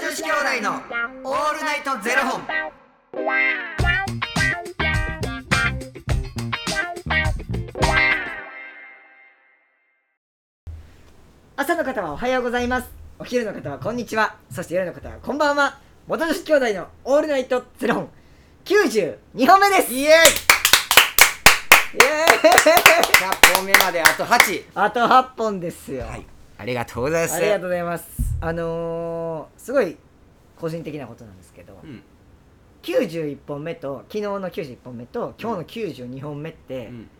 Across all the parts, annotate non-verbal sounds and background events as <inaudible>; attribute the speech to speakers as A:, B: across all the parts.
A: 子兄弟のオールナイトゼロ本。
B: 朝の方はおはようございますお昼の方はこんにちはそして夜の方はこんばんは元女子兄弟のオールナイトゼロ本92本目ですイエーイイエーイ
A: 100本目まであと8。
B: <laughs> あと8本ですよ、
A: はい。ありがとうございます。
B: ありがとうございますあのー、すごい個人的なことなんですけど、
A: うん。
B: 91本目と昨日の91本目と今日の92本目って、
A: うん。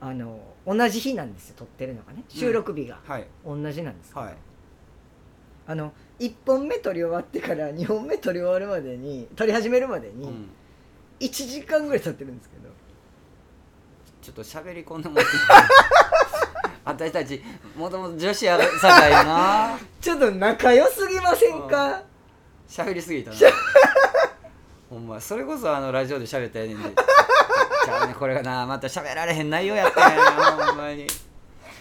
B: あのー同じ日なんですよ撮ってるのがね収録日が
A: はい。
B: 同じなんですけど、
A: はい。
B: あの1本目撮り終わってから2本目撮り終わるまでに撮り始めるまで
A: う
B: に
A: ん。
B: 1時間ぐらい経ってるんですけど、
A: ちょっと喋り込んでもらってい <laughs> い私たち、もともと女子やさかいな。
B: ちょっと仲良すぎませんか
A: 喋り
B: <laughs>
A: すぎたな。ほんま、それこそあのラジオで喋ったやねんで。じゃあね、これがな、また喋られへん内容やったんやな、ほんまに。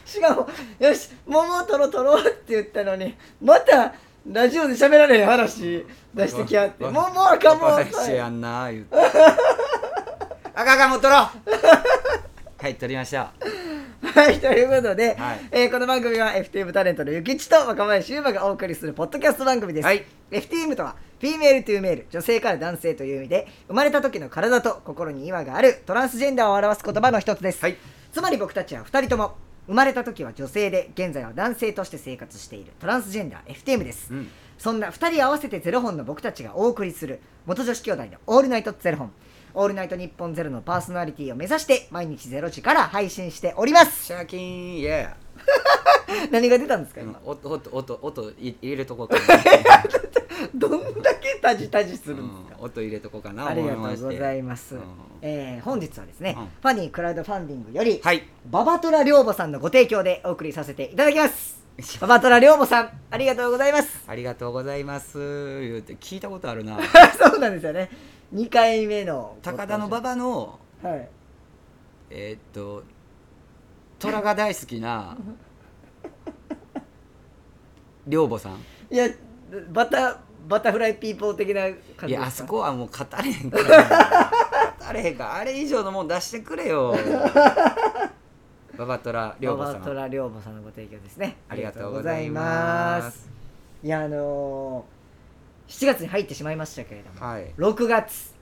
B: しかも「よし桃取ろう取ろう」って言ったのにまたラジオで喋られへん話出してきやって「
A: わ
B: もうもうあかんもう
A: 若
B: あ
A: い
B: か
A: 人
B: ん
A: やん
B: <laughs>
A: な言うてあかんあかんもう取ろうはい取りました
B: <laughs> はい、ということで、
A: はい
B: えーこの番組は FTM タレントのゆきちと若林優馬がお送りするポッドキャスト番組です。
A: はい
B: FTM とは、フィメールというメール、女性から男性という意味で、生まれた時の体と心に違和があるトランスジェンダーを表す言葉の一つです。
A: はい
B: つまり僕たちは2人とも、生まれた時は女性で、現在は男性として生活しているトランスジェンダー FTM です。
A: うん
B: そんな2人合わせてゼロ本の僕たちがお送りする元女子兄弟のオールナイトゼロ本。オールナイト日本ゼロのパーソナリティを目指して毎日ゼロ時から配信しております。
A: シャーキーンイエ
B: 何が出たんですか
A: ー
B: 今。
A: 音音音音い入れとこう
B: <laughs>
A: かな、
B: どんだけタジタジす
A: う
B: るん
A: ん
B: ですか。
A: 音入れとこうかな
B: ありがとうござい
A: ま
B: ます。
A: うん
B: えー本日はですね、
A: うん
B: ファニークラウドファンディングより、
A: はい
B: ババトラ寮母さんのご提供でお送りさせていただき <laughs> ます。ババトラ寮母さん、ありがとうございます。 <laughs>
A: ありがとうございます言うて聞いたことあるな
B: そうなんですよね。2回目のご登場
A: 高田の馬場の
B: はい。
A: えーっと虎が大好
B: <laughs>
A: きな寮母さん
B: いや、バタ、バタフライピーポー的な感じですか
A: いやあそこはもう語れへんから語れへんからあれ以上のもん出してく
B: <laughs>
A: れよババトラ
B: バ
A: 涼子
B: バ
A: さ
B: ト
A: ん
B: ラ寮母さんのご提供ですね。
A: ありがとうございます
B: いやあのー、7月に入ってしまいましたけれども、
A: はい
B: 6月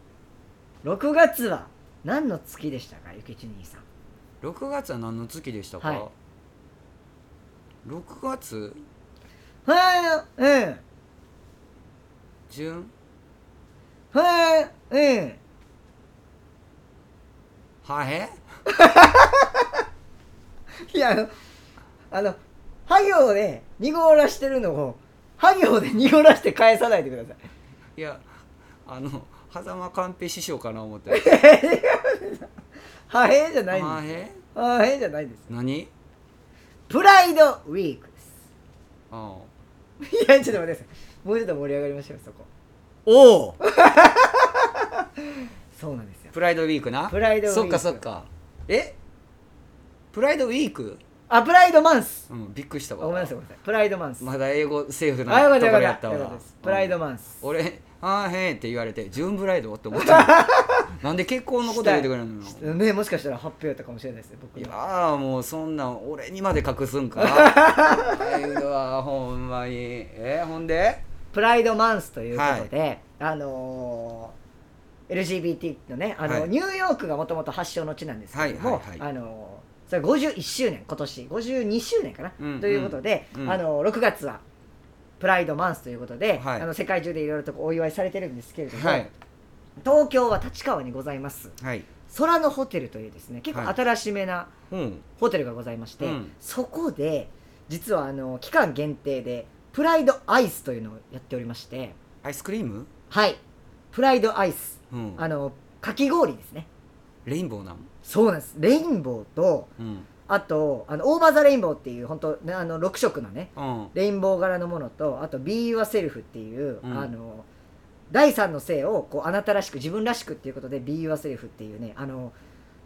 B: 6月は何の月でしたかゆきち兄さん
A: 6月は何の月でしたか、
B: はい
A: 6月
B: はいうん
A: 順
B: はいうん
A: はへ
B: いやあのあのは行で濁らしてるのをは行で濁らして返さないでください <laughs>
A: いやあの狭間寛平師匠かな
B: <laughs>
A: 思って
B: はへじゃないん
A: は
B: で
A: へ
B: すはへじゃないです
A: 何
B: プライドウィークです
A: ああ
B: いやちょっと待ってくださいもうちょっと盛り上がりましょうそこ
A: おお
B: そうなんですよ
A: プライドウィークな
B: プライドウィーク
A: そっかそっかえプライドウィーク
B: あプライドマンス
A: うんびっくりした
B: あ
A: わ
B: ごめんなさいごめんなさいプライドマンス
A: まだ英語セーフ
B: あ、よか
A: な
B: った
A: と
B: よ
A: こ
B: か
A: ろ
B: った
A: やった
B: よか
A: わ
B: たですプライド
A: ン
B: マンス
A: 俺「あーへー」って言われて「ジューンブライド」って思った
B: <laughs>
A: のなんで結婚のこと言ってくれるの
B: したいねもしかしたら発表やったかもしれないですね僕
A: いや
B: の
A: ーもうそんなん俺にまで隠すんかあいうのはほんまにえー、ほんで
B: プライドマンスということで、あのー LGBT のねあの、
A: はい
B: ニューヨークがもともと発祥の地なんですけども、
A: はいはいは
B: あのーそれ51周年今年52周年かな、
A: うん
B: ということで、
A: うん
B: あのー6月はプライドマンスということで、
A: はい
B: あの世界中でいろいろとお祝いされてるんですけれども、
A: はい
B: 東京は立川にございます
A: はい
B: 空のホテルというですね結構
A: はい
B: 新しめな、
A: うん
B: ホテルがございまして、
A: うん
B: そこで実はあの期間限定でプライドアイスというのをやっておりまして
A: アイスクリーム
B: はいプライドアイス
A: うん
B: あのかき氷ですね
A: レインボーなん
B: そうなんですレインボーと
A: うん
B: あとあのオーバー・ザ・レインボーっていう本当ねあの6色のね
A: うん
B: レインボー柄のものとあと「Be Yourself」っていう、
A: うん
B: あの第三の性をこうあなたらしく自分らしくっていうことで「Be Yourself」っていうねあの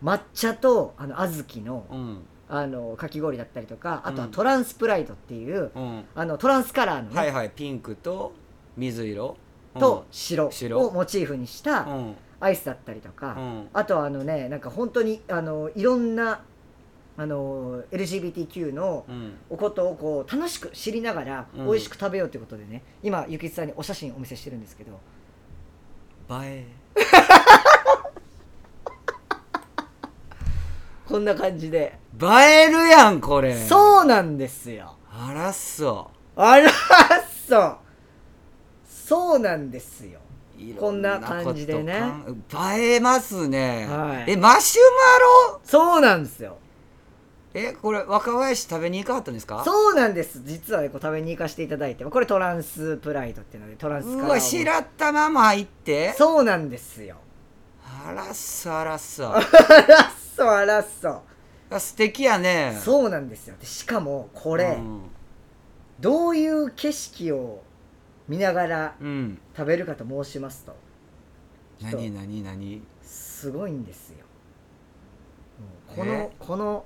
B: 抹茶とあの小豆の
A: うん
B: あのかき氷だったりとかあとは
A: うん
B: トランスプライドっていう、
A: うん
B: あのトランスカラーのね、
A: はいはいピンクと水色
B: と白
A: 白
B: をモチーフにし
A: う
B: た
A: ん
B: アイスだったりとか、
A: うん
B: あとはあのねなんか本当にあのいろんなあの LGBTQ の
A: うん
B: おことをこう楽しく知りながら
A: うん
B: 美味しく食べようということでね、今ゆきつさんにお写真お見せしてるんですけど
A: 映え
B: こんな感じで、
A: 映えるやんこれう
B: そうなんですよ
A: あらっそ
B: あらっそうそうなんですよこんな感じでね
A: いろんなことかん映えますね、
B: はい
A: えマシュマロ
B: そうなんですよ
A: えこれ若林食べに行かはったんですか
B: そうなんです実はねこう食べに行かせていただいてこれトランスプライドっていうのでトランス
A: う
B: カラーを
A: わ白玉も入って
B: そうなんですよ
A: あらっそあらっそ
B: <laughs> あらっそうあらっそう
A: あ素敵やね
B: そうなんですよでしかもこ
A: こ
B: れ、
A: うん、
B: どういう景色を見ながら
A: うん、
B: 食べるかと申しますとちょっ
A: 何
B: と
A: 何何
B: すごいんですよもうこ
A: え
B: のこの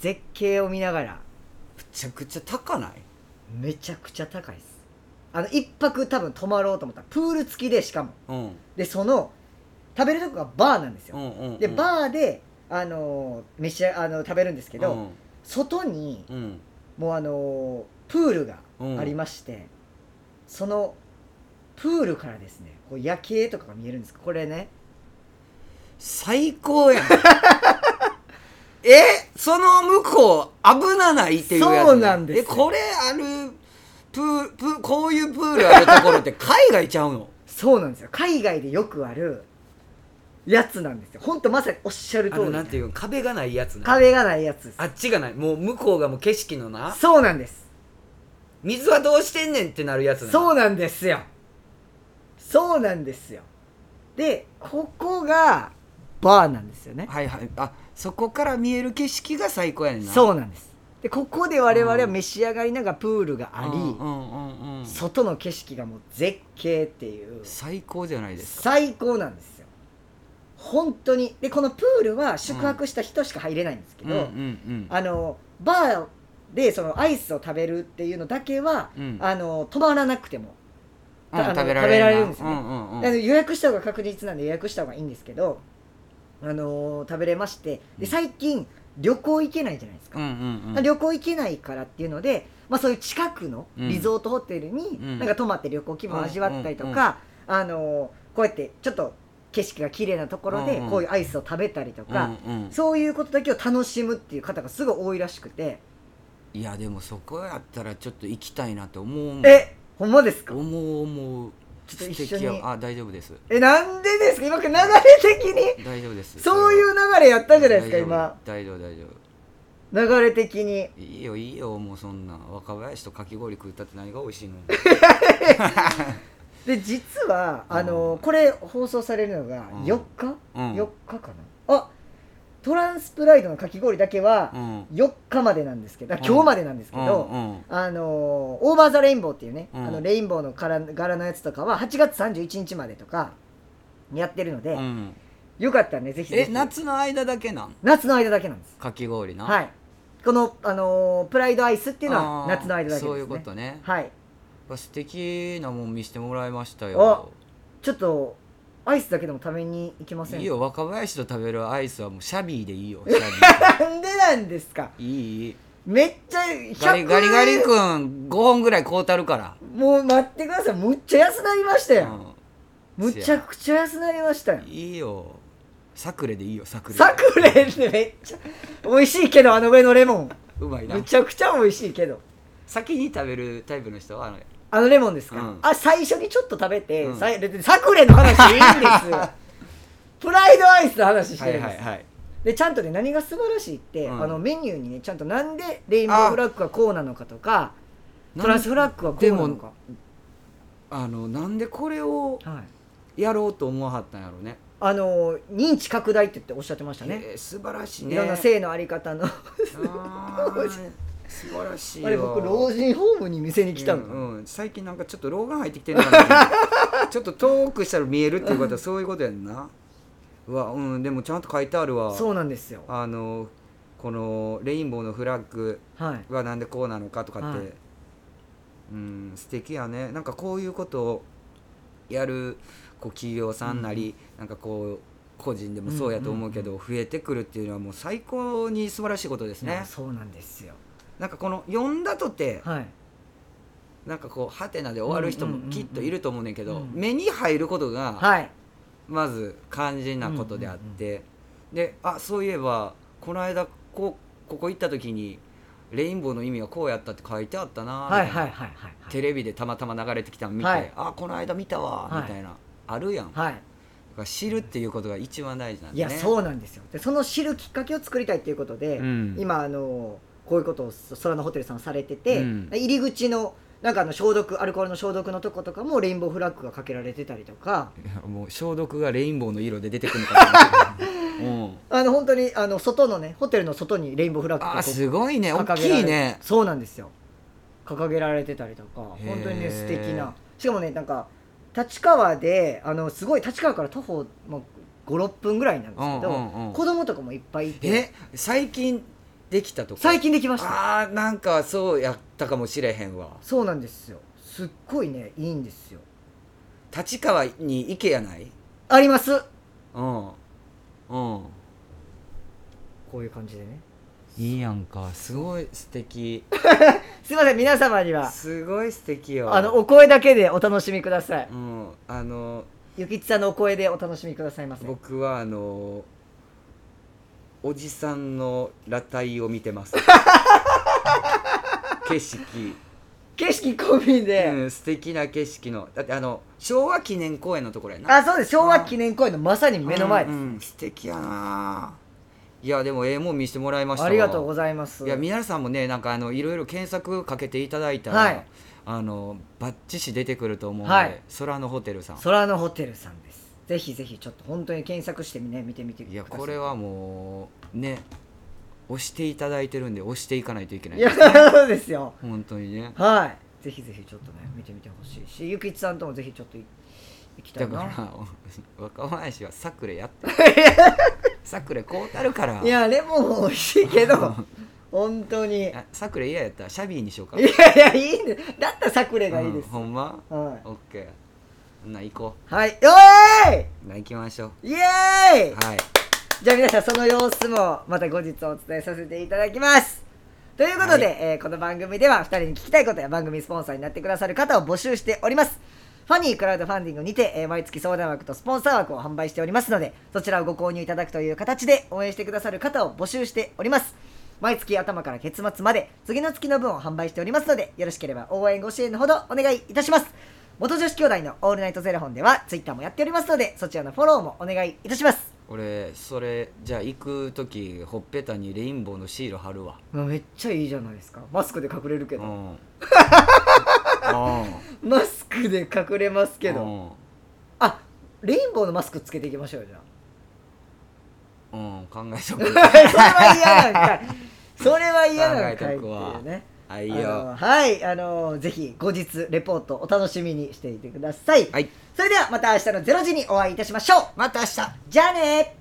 B: 絶景を見ながら
A: むちゃくちゃ高ない
B: めちゃくちゃ高いですあの一泊多分泊まろうと思ったらプール付きでしかも
A: うん
B: でその食べるとこがバーなんです
A: う
B: よ、
A: んうんうん
B: でバーであのー召しあの食べるんですけど、外に
A: うんうん
B: もうあのープールがありまして、そのプールからですねこう夜景とかが見えるんですこれね
A: 最
B: <laughs>
A: 高やんえその向こう危なないっていうやつ
B: そうなんですよ
A: えこれあるプールプーこういうプールあるとこ
B: <laughs>
A: ろって海外ちゃうの
B: そうなんですよ海外でよくあるやつなんですよほんとまさにおっしゃる
A: あ
B: 通り
A: のなんていう壁がないやつな
B: 壁がないやつです
A: あっちがないもう向こうがもう景色のな
B: そうなんです
A: 水はどうしてんねんってなるやつな
B: そうなんですよそうなんですよでここがバーなんですよね
A: はいはいあそこから見える景色が最高やねんなう
B: そうなんですでここで我々は召し上がりながらプールがあり、
A: んうんうんうん
B: 外の景色がもう絶景っていう
A: 最高じゃないですか
B: 最高なんですよ本当にでこのプールは宿泊した人しか入れないんですけど、
A: うんうん
B: あのバーでそのアイスを食べるっていうのだけは、
A: うんうん
B: あの泊まらなくても、
A: うん
B: あの
A: 食べられるな
B: 食べられるんですよね
A: うんうんうん
B: あの予約した方が確実なんで予約した方がいいんですけど、あの食べれまして
A: うん
B: で最近旅行行けないじゃないですか、
A: うんうんうん
B: 旅行行けないからっていうので、まあ、そういう近くのリゾートホテルに
A: うん
B: なんか泊まって旅行気分を味わったりとか、あのこうやってちょっと景色が綺麗なところで
A: うんうん
B: こういうアイスを食べたりとか、
A: うんうん
B: そういうことだけを楽しむっていう方がすごい多いらしくて、
A: いやでもそこやったらちょっと行きたいなって思うもん
B: えほんまですか
A: 思う思う
B: ちょっと一緒に
A: 素敵やあ大丈夫です
B: えなんでですか今流れ的に
A: 大丈夫です
B: そういう
A: う
B: 流れやったじゃないですか今
A: 大丈夫大丈夫
B: 流れ的に
A: いいよいいよもうそんな若林とかき氷食ったって何が美味
B: <laughs>
A: しいの
B: で実はあの、
A: うん
B: これ放送されるのが
A: うん
B: 4日、
A: うん
B: 4日かなあトランスプライドのかき氷だけは
A: うん
B: 4日までなんですけど、あ
A: うん
B: 今日までなんですけど、
A: うんうん
B: あのーオーバー・ザ・レインボーっていうね、
A: うん
B: あのレインボーの柄柄のやつとかは8月31日までとかやってるので、
A: うん
B: よかったらねぜひぜ
A: え
B: ひ
A: 夏の間だけなん
B: 夏の間だけなんです
A: かき氷な
B: はい
A: っ
B: いこの、あのープライドアイスっていうのは夏の間だけです、ね、
A: そういうことね
B: はい
A: わ素敵なもん見してもらいましたよ
B: おちょっとアイスだけでも食べに行きません
A: いい
B: か
A: よ若林と食べるアイスはもうシャビーでいい
B: <laughs>
A: よシャビ
B: なんでなんですか
A: ーいいいい
B: めっちゃ
A: ガリガリガリ
B: 100
A: 君5本ぐらい買うたるから
B: もう待ってくださいむっちゃ安なりましたよ、
A: うん
B: むちゃくちゃ安なりましたよ
A: いいよサクレでいいよサクレ
B: サクレってめっちゃ美味しいけどあの上のレモン
A: うまいな
B: むちゃくちゃ美味しいけど
A: 先に食べるタイプの人はあの
B: あのレモンですか、
A: うん
B: あ最初にちょっと食べて、
A: うん
B: さでサクレの話いいんです
A: <laughs>
B: よプライドアイスの話してるんです、
A: はい
B: でちゃんとね何が素晴らしいって、
A: うん
B: あのメニューにねちゃんとなんでレインボーフラッグはこうなのかとかトランスフラッグはこうなのか、
A: あのなんでこれを
B: はい、
A: やろうと思わはったんやろうね
B: あの認知拡大って言っておっしゃってましたね
A: えー素晴らしいね
B: いろんな性のあり方の
A: あー素晴らしいよ
B: あれ僕老人ホームに店に来たの、
A: うんうん最近なんかちょっと老眼入ってきてるの
B: <laughs>
A: かなちょっと遠くしたら見えるっていうことはそういうことやんなうわうんでもちゃんと書いてあるわ
B: そうなんですよ
A: あのこのレインボーのフラッグ
B: はい
A: はなんでこうなのかとかって、
B: はい
A: うん素敵やねなんかこういうことをやるこう企業さんなり、なんかこう個人でもそうやと思うけど、増えてくるっていうのはもう最高に素晴らしいことです
B: いや
A: ね
B: そうなんですよ
A: なんかこの読んだとて
B: はい
A: なんかこうハテナで終わる人
B: うんうんうんう
A: も
B: ん
A: きっといると思うねんけど、
B: うん
A: 目に入ることが
B: はい
A: まず肝心なことであって、であそういえばこの間こうここ行った時にレインボーの意味がこうやったって書いてあったなみた
B: はいい
A: な
B: はいはいはい
A: テレビでたまたま流れてきたの見て、
B: はい
A: あこの間見たわ
B: はい
A: みたいな、あるやん、だか
B: はい
A: ら知るっていうことが一番大事なん
B: い
A: で
B: や
A: ね
B: そうなんですよでその知るきっかけを作りたいということで、
A: うん
B: 今あのこういうことを空のホテルさんされてて、
A: うん
B: 入り口のなんかあの消毒アルコールの消毒のとことかもレインボーフラッグがかけられてたりとか
A: いや <laughs> もう消毒がレインボーの色で出てくるのかな、うん、
B: あの本当にあの外のねホテルの外にレインボーフラッグ
A: あ
B: が
A: ー
B: こう
A: すごいね大
B: 掲げら
A: き
B: れ
A: いね
B: そうなんですよ掲げられてたりとか
A: へー
B: 本当にね素敵なしかもねなんか立川であのすごい立川から徒歩56分ぐらいなんですけど、
A: うんうんうん
B: 子供とかもいっぱいいて
A: え最近できたとこ
B: 最近できました
A: あーなんかそうやったかもしれへんわ
B: そうなんですよすっごいねいいんですよ
A: 立川に池やない
B: あります
A: うんうん
B: こういう感じでね
A: いいやんかすごい素敵
B: すいません皆様には
A: すごい素敵よ
B: あのお声だけでお楽しみください
A: うんあの
B: ゆきちさんのお声でお楽しみくださいませ
A: 僕はあのおじさんの裸体を見てます
B: <laughs>
A: 景色、
B: 景色込みで、
A: うん、素敵な景色のだってあの昭和記念公園のところやな
B: あそうです昭和記念公園のまさに目の前です、
A: うんうん素敵やないやでもええもん見してもらいましたわ
B: ありがとうございます
A: いや皆さんもねなんかあのいろいろ検索かけていただいたら、
B: はい
A: あのバッチシ出てくると思うので、
B: はい
A: 空のホテルさん
B: 空のホテルさんですぜひぜひちょっと本当に検索してみね見てみてくだ
A: い
B: さい
A: やこれはもうね押していただいてるんで押していかないといけない
B: いやそうですよ
A: 本当にね
B: はいぜひぜひちょっとね見てみてほしいしゆきちさんともぜひちょっとい行きたい
A: だ
B: な
A: から若林はサクレやって
B: <laughs>
A: サクレこうたるから
B: いやレモンも美味しいけ
A: <laughs>
B: ど本当にいや
A: あサクレ嫌やったらシャビーにしようか
B: いやいいんですだったらサクレがいいです
A: うん、ほんま
B: はい
A: オッケーほんな行こ
B: はいおー
A: うほんな行きましょう
B: いイエーイ
A: はい
B: じゃあ皆さんその様子もまた後日お伝えさせていただきますということで、
A: はい
B: えーこの番組では2人に聞きたいことや番組スポンサーになってくださる方を募集しておりますファニークラウドファンディングにて、えー毎月相談枠とスポンサー枠を販売しておりますのでそちらをご購入いただくという形で応援してくださる方を募集しております毎月頭から月末まで次の月の分を販売しておりますのでよろしければ応援ご支援のほどお願いいたします元女子兄弟のオールナイトゼロ本ではツイッターもやっておりますのでそちらのフォローもお願いいたします
A: 俺それじゃあ行く時ほっぺたにレインボーのシール貼るわ
B: まあめっちゃいいじゃないですかマスクで隠れるけ
A: う
B: ど、 <laughs>
A: んうん
B: マスクで隠れますけど、あレインボーのマスクつけていきましょうよじゃあ
A: うん、うん、考えと
B: それ <laughs>
A: く <laughs>
B: は嫌なんかいそれは嫌なんかいって
A: 考え
B: い
A: と
B: う
A: く
B: ね
A: はい
B: あの
A: よ
B: はいあのぜひ後日レポートお楽しみにしていてください、
A: はい
B: それではまた明日の0時にお会いいたしましょう
A: また明日
B: じゃあね